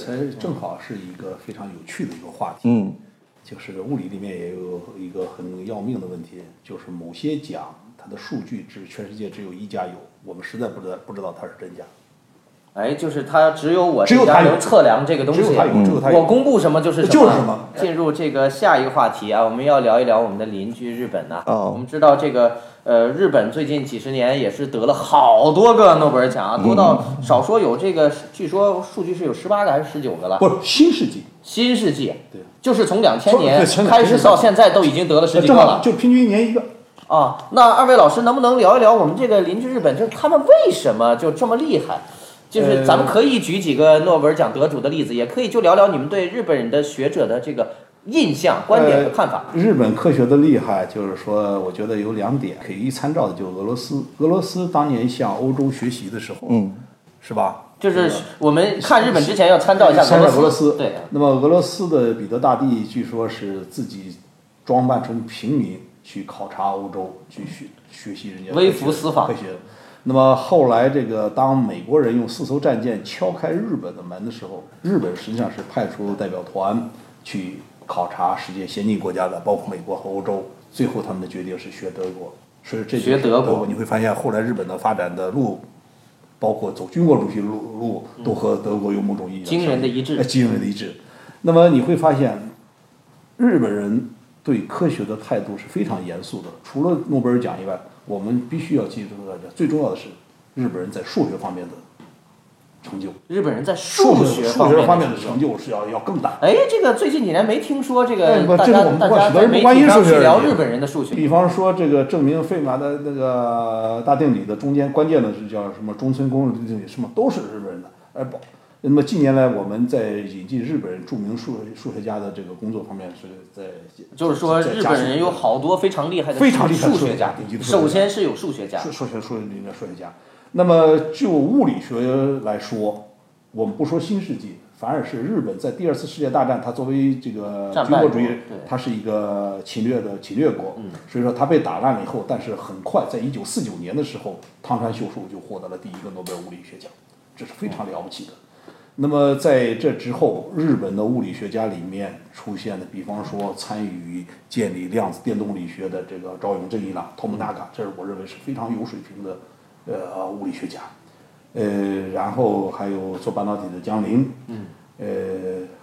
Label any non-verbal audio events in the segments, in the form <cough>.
才正好是一个非常有趣的一个话题，嗯就是物理里面也有一个很要命的问题，就是某些奖它的数据只全世界只有一家有，我们实在不知道不知道它是真假，哎，就是它只有我只有这家它有能测量这个东西，嗯只有它有，只有它我有。公布什么就是什么。就是什么进入这个下一个话题啊，我们要聊一聊我们的邻居日本呐、哦我们知道这个呃，日本最近几十年也是得了好多个诺贝尔奖啊，多到嗯少说有这个，据说数据是有十八个还是十九个了。不是新世纪，新世纪对，就是从两千从年对前两开千始年到现在都已经得了十那几个正好了就平均一年一个。啊。那二位老师能不能聊一聊我们这个邻居日本，就是他们为什么就这么厉害？就是呃咱们可以举几个诺贝尔奖得主的例子，也可以就聊聊你们对日本人的学者的这个印象、观点呃和看法。日本科学的厉害，就是说，我觉得有两点可以参照的，就是俄罗斯。俄罗斯当年向欧洲学习的时候，嗯，是吧？就是我们看日本之前要参照一下参照俄罗斯。对，那么俄罗斯的彼得大帝据说是自己装扮成平民去考察欧洲，去学学习人家微服私访科学。那么后来，这个当美国人用四艘战舰敲开日本的门的时候，日本实际上是派出代表团去考察世界先进国家的，包括美国和欧洲。最后他们的决定是学德国，所以这就是学德国国。你会发现后来日本的发展的路包括走军国主义路路，都和德国有某种意义上嗯惊人的一致呃惊人的一致。那么你会发现，日本人对科学的态度是非常严肃的。除了诺贝尔奖以外，我们必须要记住大家，最重要的是日本人在数学方面的成就，日本人在数学数学方方面面的成就是要要更大。哎，这个最近几年没听说这哎个不大这家是我们大过去家的在媒不关体心上数学去聊而已日本人的数学。比方说，这个证明费马的那个大定理的中间关键的是叫什么中村公定理，什么都是日本人的。而不，那么近年来我们在引进日本著名数数学家的这个工作方面是在，就是说，在日加速本人有好多非常厉害的非常厉害的数数学学家家顶级，的数学家首先是有数学家，数数学数学里面数学家。那么就物理学来说，我们不说新世纪，反而是日本在第二次世界大战，它作为这个战军败国主国义对，嗯它是一个侵略的侵略国，所以说它被打烂了以后，但是很快在一九四九年的时候，汤川秀树就获得了第一个诺贝尔物理学奖，这是非常了不起的。那么在这之后，日本的物理学家里面出现的，比方说参与建立量子电动力学的这个朝永正一郎、托姆纳卡，这是我认为是非常有水平的呃物理学家。呃，然后还有做半导体的江林，嗯，呃，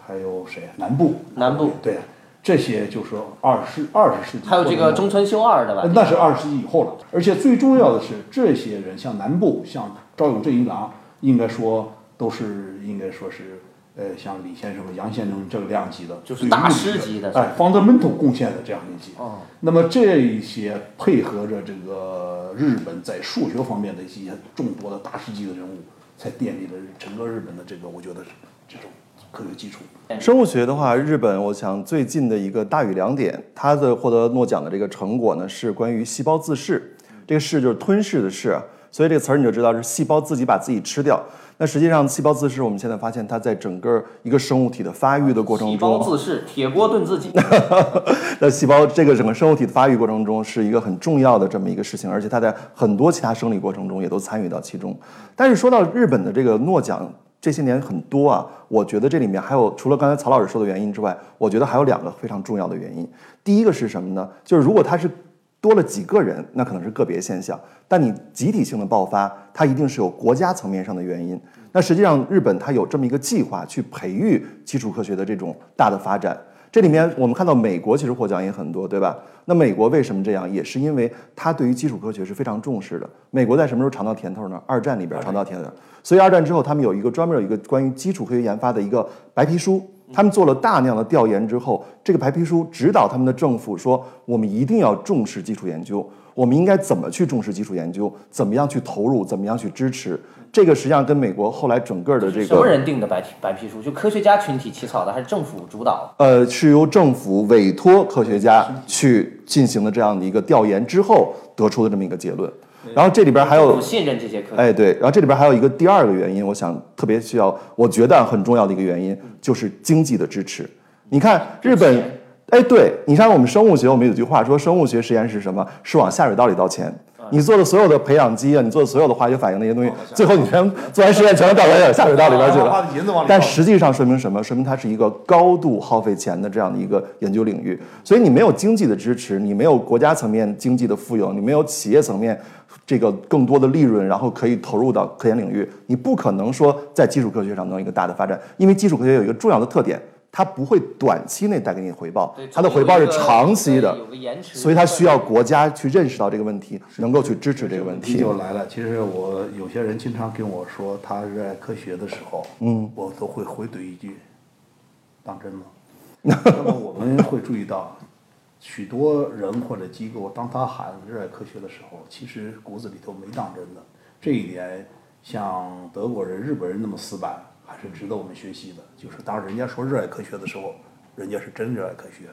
还有谁啊？南部，南部对，啊这些就是二十二十世纪，还有这个中村修二的吧？那是二十世纪以后了。而且最重要的是，这些人像南部，像赵永正一郎，应该说都是应该说是。呃，像李先生、杨先生这个量级的，就是对于大物理师学级的哎，fundamental 贡献的这样一些。哦，那么这一些配合着这个日本在数学方面的一些众多的大师级的人物，才奠定了整个日本的这个，我觉得是这种科学基础。嗯生物学的话，日本我想最近的一个大语两点，它的获得诺奖的这个成果呢是关于细胞自噬，这个噬就是吞噬的噬啊，所以这个词儿你就知道是细胞自己把自己吃掉。那实际上细胞自噬，我们现在发现它在整个一个生物体的发育的过程细中，胞自噬，铁锅炖自己。那细胞这个整个生物体的发育过程中是一个很重要的这么一个事情，而且它在很多其他生理过程中也都参与到其中。但是说到日本的这个诺奖，这些年很多啊，我觉得这里面还有除了刚才曹老师说的原因之外，我觉得还有两个非常重要的原因。第一个是什么呢？就是如果它是多了几个人，那可能是个别现象，但你集体性的爆发，它一定是有国家层面上的原因。那实际上，日本它有这么一个计划去培育基础科学的这种大的发展。这里面我们看到美国其实获奖也很多，对吧？那美国为什么这样？也是因为它对于基础科学是非常重视的。美国在什么时候尝到甜头呢？二战里边尝到甜头。所以二战之后，他们有一个专门有一个关于基础科学研发的一个白皮书，他们做了大量的调研之后，这个白皮书指导他们的政府说，我们一定要重视基础研究，我们应该怎么去重视基础研究，怎么样去投入，怎么样去支持。这个实际上跟美国后来整个的这个什么人定的白皮白皮书？就科学家群体起草的，还是政府主导？呃，是由政府委托科学家去进行的这样的一个调研之后得出的这么一个结论。然后这里边还有不信任这些科学家。哎，对，然后这里边还有一个第二个原因，我想特别需要，我觉得很重要的一个原因就是经济的支持。你看日本，哎，对你像我们生物学，我们有句话说，生物学实验室是什么？是往下水道里倒钱。你做的所有的培养基啊，你做的所有的化学反应那些东西，最后你全做完实验全都倒到下水道里边去把了。银子往里但倒实际上说明什么？说明它是一个高度耗费钱的这样的一个研究领域。所以你没有经济的支持，你没有国家层面经济的富有，你没有企业层面这个更多的利润，然后可以投入到科研领域，你不可能说在基础科学上能有一个大的发展，因为基础科学有一个重要的特点。它不会短期内带给你回报对，它的回报是长期的有一个，有个延迟，所以它需要国家去认识到这个问题，能够去支持这个问问题题。就来了。其实我有些人经常跟我说他热爱科学的时候，嗯，我都会回怼一句：“当真吗？”那么我们会注意到，许多人或者机构，当他喊热爱科学的时候，其实骨子里头没当真的。这一点，像德国人、日本人那么死板，还是值得我们学习的。就是当人家说热爱科学的时候，人家是真热爱科学。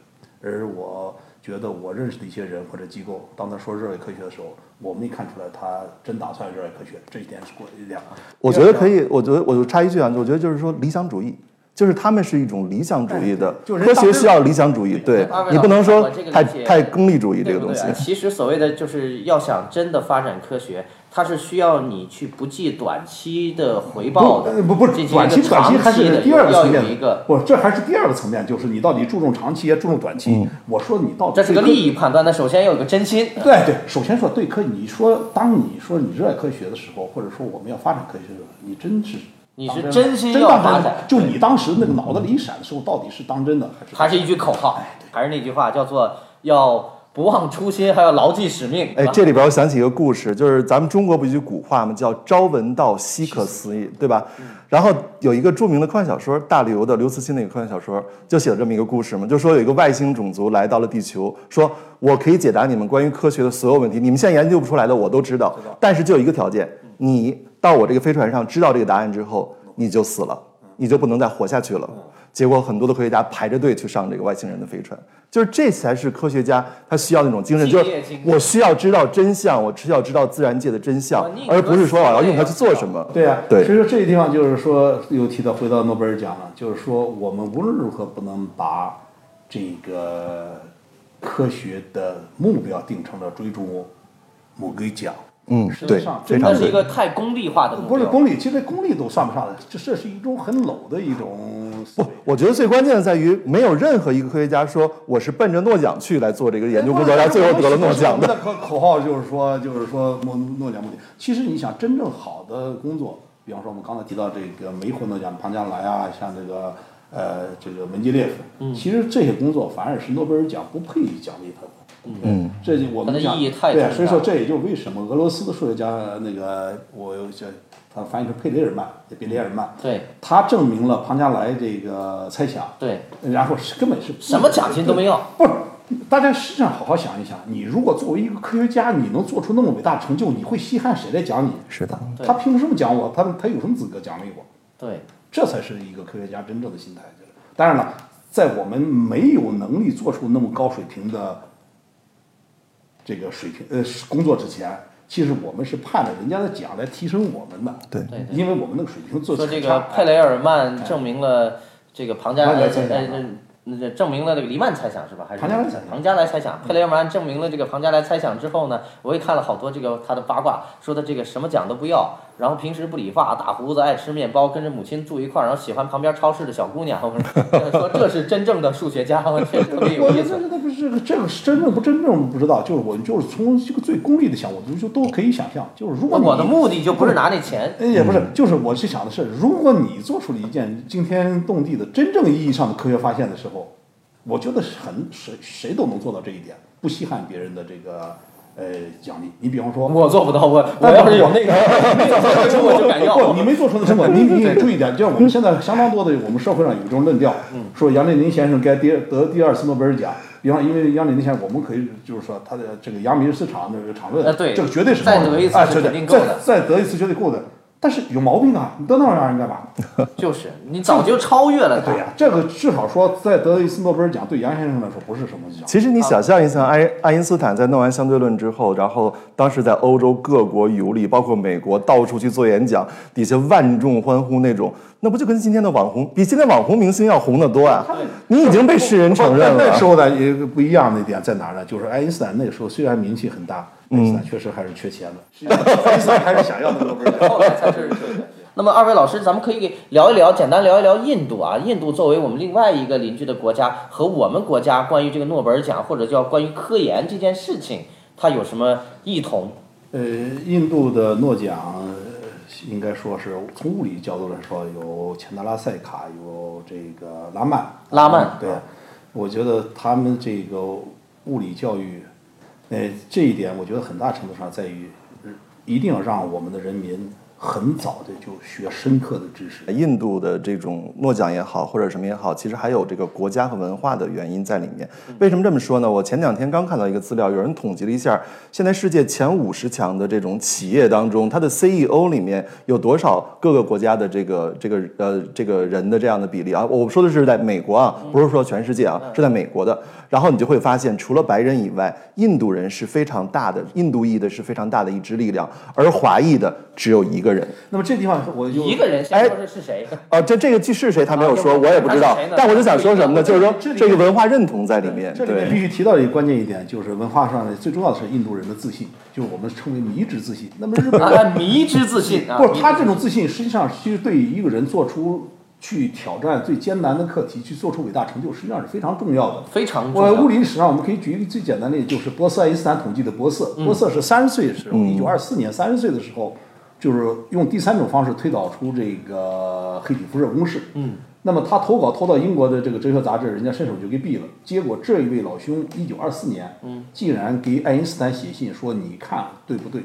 而我觉得我认识的一些人或者机构，当他说热爱科学的时候，我没看出来他真打算热爱科学，这一点是过一点。我觉得可以，我觉得我就插一句啊，我觉得就是说理想主义，就是他们是一种理想主义的，哎就是人科当学真需要理想主义，对二位你老不能师说我这个太理解太功利主义这对个不东对西啊。其实所谓的就是要想真的发展科学，它是需要你去不计短期的回报的，呃不不进是行一短个期，短期长还期是的第二个要层有一面个。不，这还是第二个层面，就是你到底注重长期，也注重短期。我说你到底这是个对科利益啊判断，那首先要有个真心。对对，首先说对科，你说当你说你热爱科学的时候，或者说我们要发展科学的时候，你真是你是当真心真要当发真展的，就你当时那个脑子里一闪的时候，到底是当真的还是还是一句口号，还是那句话，叫做要不忘初心，还要牢记使命。啊哎是，吧这里边我想起一个故事，就是咱们中国不有一句古话嘛，叫“朝闻道，夕可思嗯议”，对吧？然后有一个著名的科幻小说，大刘的刘慈欣那个科幻小说，就写了这么一个故事嘛，就说有一个外星种族来到了地球，说我可以解答你们关于科学的所有问题，你们现在研究不出来的我都知道，但是就有一个条件，你到我这个飞船上知道这个答案之后，你就死了，你就不能再活下去了。嗯结果很多的科学家排着队去上这个外星人的飞船，就是这才是科学家他需要那种精神，就是敬业精神我需要知道真相，我需要知道自然界的真相我宁，可而不是说我要信用它也去要做知道什么。对啊，对所以说这个地方就是说，又提到回到诺贝尔奖了，就是说我们无论如何不能把这个科学的目标定成了追逐某个奖，嗯实，际对上，非真的常那是对一。个太功利化的目不是标。功利，其实功利都算不上的，这这是一种很陡的一种思维。我觉得最关键的在于，没有任何一个科学家说我是奔着诺奖去来做这个研究工作，然后最后得了诺奖的。那口口号就是说，就是说诺诺奖目的。其实你想，真正好的工作，比方说我们刚才提到这个没获诺奖的庞加莱啊，像这个呃这个文基列夫，嗯其实这些工作反而是诺贝尔奖不配奖励他的。嗯，这就我它们的讲意义太对啊，重所以大说了这也就是为什么俄罗斯的数学家呃那个我有这他翻译成佩雷尔曼，比雷尔曼，对他证明了庞加莱这个猜想，对，然后是根本是不什么奖金都没有。不是，大家实际上好好想一想，你如果作为一个科学家，你能做出那么伟大成就，你会稀罕谁来奖你？是的，对他凭什么奖我？他他有什么资格奖励我？对，这才是一个科学家真正的心态。就是当然了，在我们没有能力做出那么高水平的这个水平呃工作之前，其实我们是盼着人家的奖来提升我们的。对对对因为我们那个水平做说得这很个差佩雷尔曼证明了这个庞加庞加莱莱呃猜想啊呃那那证明了这个黎曼猜想是吧？还是庞加莱猜想庞加莱猜想，佩雷尔曼证明了这个庞加莱猜想之后呢，我也看了好多这个他的八卦，说他这个什么奖都不要，然后平时不理发、打胡子、爱吃面包，跟着母亲住一块儿，然后喜欢旁边超市的小姑娘。我 <laughs> 说说这是真正的数学家，我这特别有我意觉思。得这个是这个是真正不真正不知道，就是我就是从这个最功利的想，我就就都可以想象，就是如果你我的目的就不是拿那钱，呃也不是，就是我去想的是，如果你做出了一件惊天动地的真正意义上的科学发现的时候，我觉得是很谁谁都能做到这一点，不稀罕别人的这个呃奖励。你比方说，我做不到。我我但要是是有我那个，那个我就敢要。不，你没做出那什么，你你你注意点，就像我们现在相当多的，我们社会上有一种论调，说杨振宁先生该第得第二次诺贝尔奖。比方，因为杨振宁先生，我们可以就是说他的这个扬名四场的这个场论，呃对这个啊绝对是再够的得一次哎是绝对肯定够的再再得一次绝对够的。但是有毛病啊！你得那玩意儿干嘛？就是你早就超越了他对。呀、这个至少说再得一次诺贝尔奖，对杨先生来说不是什么奖。其实你想象一下，爱爱因斯坦在弄完相对论之后，然后当时在欧洲各国游历，包括美国，到处去做演讲，底下万众欢呼那种，那不就跟今天的网红比现在网红明星要红得多啊？你已经被世人承认 <laughs> 那了时。候的一个不一样的一点在哪儿呢？就是爱因斯坦那个时候虽然名气很大，爱因斯坦确实还是缺钱的。 <laughs> 爱因斯坦还是想要那么多分后来才是这个。那么二位老师，咱们可以给聊一聊，简单聊一聊印度啊。印度作为我们另外一个邻居的国家，和我们国家关于这个诺贝尔奖或者叫关于科研这件事情，它有什么异同？呃，印度的诺奖呃应该说是从物理角度来说，有钱德拉塞卡，有这个拉曼。啊拉曼啊对，我觉得他们这个物理教育，呃，这一点我觉得很大程度上在于，呃一定要让我们的人民很早的就学深刻的知识。印度的这种诺奖也好，或者什么也好，其实还有这个国家和文化的原因在里面。为什么这么说呢？我前两天刚看到一个资料，有人统计了一下，现在世界前五十强的这种企业当中，它的 CEO 里面有多少各个国家的这个这个呃这个人的这样的比例啊？我说的是在美国啊，不是说全世界啊，是在美国的。然后你就会发现，除了白人以外，印度人是非常大的，印度裔的是非常大的一支力量，而华裔的只有一个人。那么这地方我就一个人哎先说这是谁？哦，这这个剧是谁他没有啊说，要不我也不他知道是谁呢。但我就想说什么呢？就是说这里面这个文化认同在里面。这里面对，必须提到一个关键一点，就是文化上的最重要的是印度人的自信，就是我们称为迷之自信。那么日 <laughs> 本人啊，迷之自信啊！不迷是之他这种自信，实际上其实对一个人做出去挑战最艰难的课题，去做出伟大成就，实际上是非常重要的。非常重我要物理史上，我们可以举一个最简单的例子，就是波斯爱因斯坦统计的博瑟。博瑟是三十岁的时候，一九二四年三十岁的时候，就是用第三种方式推导出这个黑体辐射公式。嗯，那么他投稿投到英国的这个哲学杂志，人家伸手就给毙了。结果这一位老兄，一九二四年，嗯，竟然给爱因斯坦写信说：“你看对不对？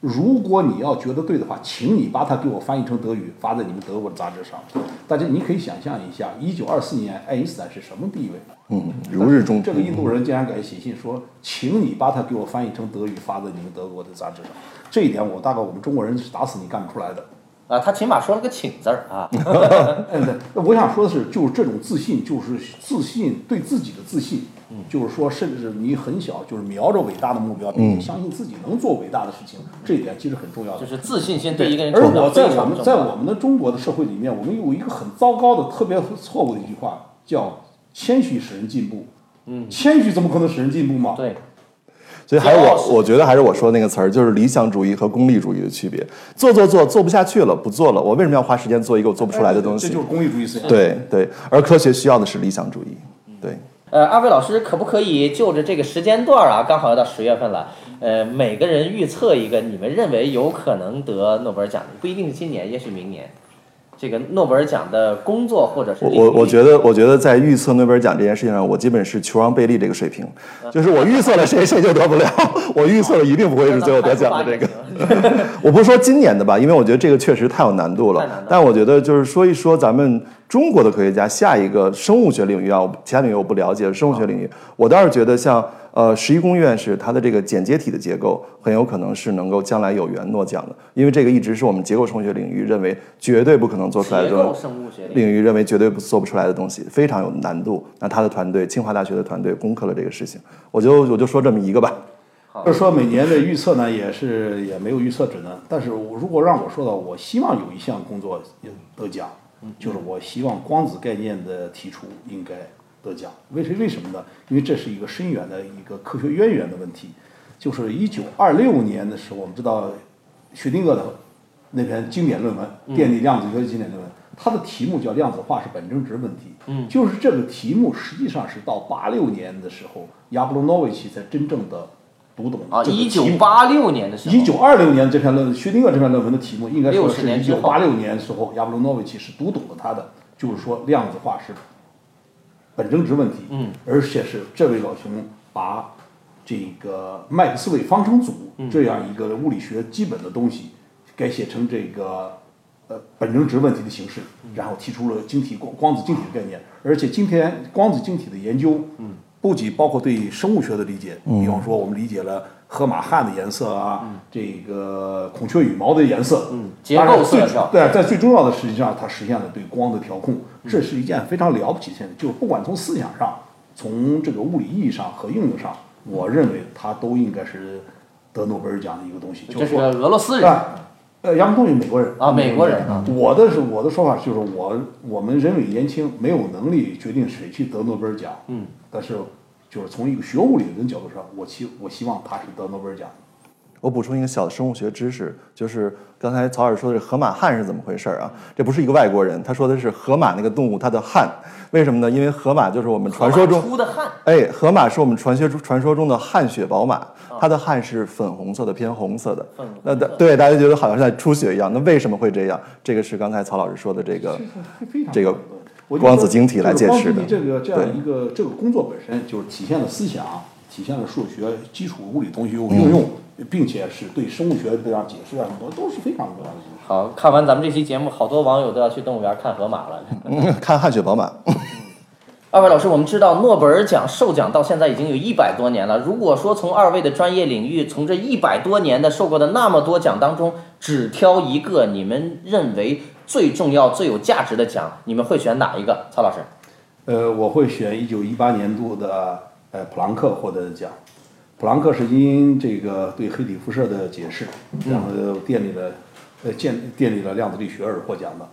如果你要觉得对的话，请你把它给我翻译成德语，发在你们德国的杂志上。”大家你可以想象一下，一九二四年爱因斯坦是什么地位？嗯，如日中这个印度人竟然敢写信说，请你把它给我翻译成德语，发在你们德国的杂志上。这一点我大概我们中国人是打死你干不出来的。啊！他起码说了个请字儿啊，嗯，对，那我想说的是，就是这种自信，就是自信对自己的自信，嗯就是说，甚至你很小就是瞄着伟大的目标，并且相信自己能做伟大的事情，这一点其实很重要的嗯就。是自信心对一个人而成我长在非我常们重在要。我们的中国的社会里面，我们有一个很糟糕的、特别错误的一句话，叫“谦虚使人进步”。嗯，谦虚怎么可能使人进步嘛？对，所以还有骄傲是我，我觉得还是我说的那个词儿，就是理想主义和功利主义的区别。做做做，做不下去了，不做了。我为什么要花时间做一个我做不出来的东哎这西就？是功利主义思想。对对，而科学需要的是理想主义。嗯对，呃，二位老师可不可以就着这个时间段儿啊，刚好要到十月份了，呃，每个人预测一个你们认为有可能得诺贝尔奖的，不一定是今年，也许明年，这个诺贝尔奖的工作或者是我领域我我觉得，我觉得在预测诺贝尔奖这件事情上，我基本是球王贝利这个水平，就是我预测了谁谁就得不了， <laughs> 我预测了一定不会是最后得奖的这个。我不是说今年的吧，因为我觉得这个确实太有难度了。太难了但我觉得就是说一说咱们中国的科学家，下一个生物学领域啊，其他领域我不了解，生物学领域，我倒是觉得像呃十一宫院士，它的这个剪接体的结构很有可能是能够将来有缘诺奖的，因为这个一直是我们结构生物学领域认为绝对不可 <laughs> 能做出来的结这种构生物学领域领域认为绝对不做不出来的东西，非常有难度。那他的团队，清华大学的团队攻克了这个事情，我就我就说这么一个吧。就是说每年的预测呢，也是也没有预测准的。但是我如果让我说到，我希望有一项工作得奖，就是我希望光子概念的提出应该得奖。为谁？为什么呢？因为这是一个深远的一个科学渊源的问题。就是一九二六年的时候，我们知道薛定谔的那篇经典论文《电力量子学》经典论文，它的题目叫量子化是本征值问题。嗯，就是这个题目实际上是到八六年的时候，亚布罗诺维奇才真正的读懂啊，这个一题九目。八六年的时候，一九二六年这篇论薛定谔这篇论文的题目，应该说60是年一之九后八六年时候亚布罗诺维奇是读懂了他的，就是说量子化是本征值问题。嗯，而且是这位老兄把这个麦克斯韦方程组嗯这样一个物理学基本的东西改写成这个呃本征值问题的形式，嗯然后提出了晶体光光子晶体的概念。而且今天光子晶体的研究，嗯，不仅包括对生物学的理解，比方说我们理解了河马汗的颜色啊，嗯这个孔雀羽毛的颜色，嗯结构色调对，啊在最重要的实际上，它实现了对光的调控，这是一件非常了不起的现象。就是不管从思想上，从这个物理意义上和应用上，我认为它都应该是得诺贝尔奖的一个东西。就这是说个俄罗斯人，啊，呃，杨光是美国人啊美国人啊我的是我的说法就是我我们人微言轻，没有能力决定谁去得诺贝尔奖。嗯，但是就是从一个学物理论角度上，我希我希望他是得诺贝尔奖。我补充一个小的生物学知识，就是刚才曹老师说的是河马汉是怎么回事儿啊？这不是一个外国人，他说的是河马那个动物它的汉，为什么呢？因为河马就是我们传说中河马出的汗，哎，河马是我们传说传说中的汗血宝马，它的汗是粉红色的，偏红色的。啊粉红色那大对大家觉得好像是在出血一样，那为什么会这样？这个是刚才曹老师说的这 <laughs> 个非常这个我就光说子晶体来就是解光释子的晶体这个这样对一个这个工作本身就是体现了思想，体现了数学基础物理东西有应用，嗯并且是对生物学这样解释啊什么都是非常重要的。好，看完咱们这期节目，好多网友都要去动物园看河马了。嗯看汗血宝马，二位老师，我们知道诺贝尔奖授奖到现在已经有一百多年了。如果说从二位的专业领域，从这一百多年的受过的那么多奖当中，只挑一个你们认为最重要、最有价值的奖，你们会选哪一个？曹老师，呃，我会选一九一八年度的呃普朗克获得的奖。普朗克是因这个对黑体辐射的解释，然后建立了呃建建立了量子力学而获奖的。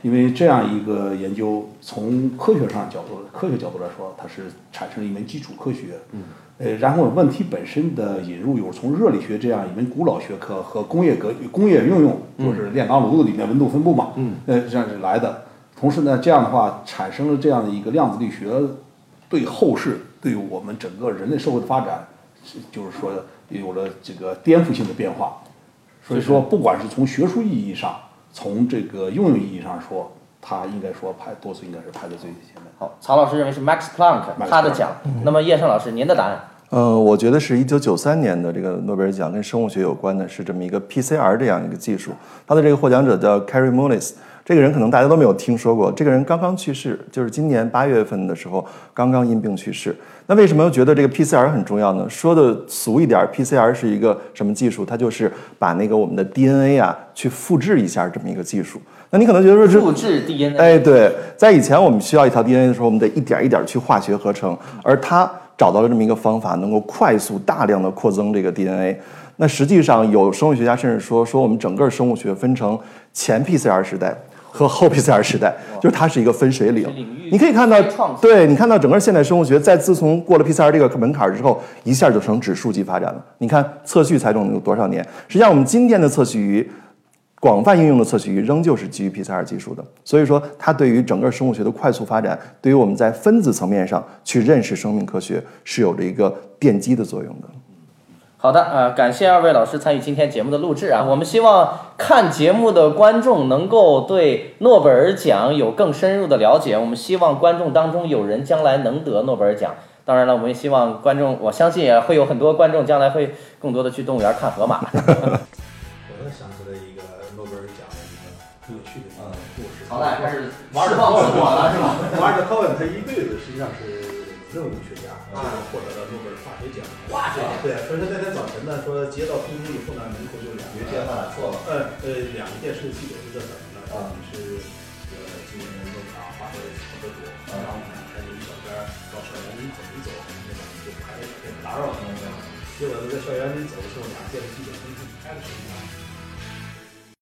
因为这样一个研究，从科学上角度、科学角度来说，它是产生了一门基础科学。嗯。呃，然后问题本身的引入有从热力学这样一门古老学科和工业革工业应用，就是炼钢炉子里面温度分布嘛，嗯，呃，这样是来的。同时呢，这样的话产生了这样的一个量子力学，对后世对我们整个人类社会的发展，是就是说有了这个颠覆性的变化。所以说，不管是从学术意义上，从这个应用意义上说，它应该说排多数应该是排在最前面。好，曹老师认为是 Max Planck Planck 他的奖。那么叶盛老师，您的答案？呃，我觉得是一九九三年的这个诺贝尔奖跟生物学有关的，是这么一个 PCR 这样一个技术。它的这个获奖者叫 Carey Mullis，这个人可能大家都没有听说过。这个人刚刚去世，就是今年八月份的时候刚刚因病去世。那为什么又觉得这个 PCR 很重要呢？说的俗一点儿，PCR 是一个什么技术？它就是把那个我们的 DNA 啊去复制一下这么一个技术。那你可能觉得说这录制 DNA。哎，对，在以前我们需要一条 DNA 的时候，我们得一点儿一点儿去化学合成，而他找到了这么一个方法，能够快速大量的扩增这个 DNA。那实际上有生物学家甚至说，说我们整个生物学分成前 PCR 时代和后 PCR 时代，就是它是一个分水岭。领域你可以看到开创性，对你看到整个现代生物学在自从过了 PCR 这个门槛儿之后，一下就成指数级发展了。你看测序才种有多少年？实际上我们今天的测序仪。广泛应用的测序仪仍旧是基于 PCR 技术的，所以说它对于整个生物学的快速发展，对于我们在分子层面上去认识生命科学是有着一个奠基的作用的。好的，呃，感谢二位老师参与今天节目的录制啊。我们希望看节目的观众能够对诺贝尔奖有更深入的了解。我们希望观众当中有人将来能得诺贝尔奖。当然了，我们也希望观众，我相信也会有很多观众将来会更多的去动物园看河马。我又想起了一个诺贝尔奖的一个很有趣的一个故事。开始马尔释德放高自文我了，是 <laughs> 吗？ <laughs> 马尔德高文他一辈子实际上是任物学家，然后获得了诺贝尔化学奖。啊化学奖对，所以说在他早晨呢，说接到通知以后呢，门口就两个电话错了，呃呃，两个电视记者就在等着呢，说你是呃今年诺贝尔化学奖得主，然后呢穿着一小边儿到校园里走一走，那个就不还得别打扰了，这样。结果呢，在校园里走的时候，俩电视记者分出你干什么？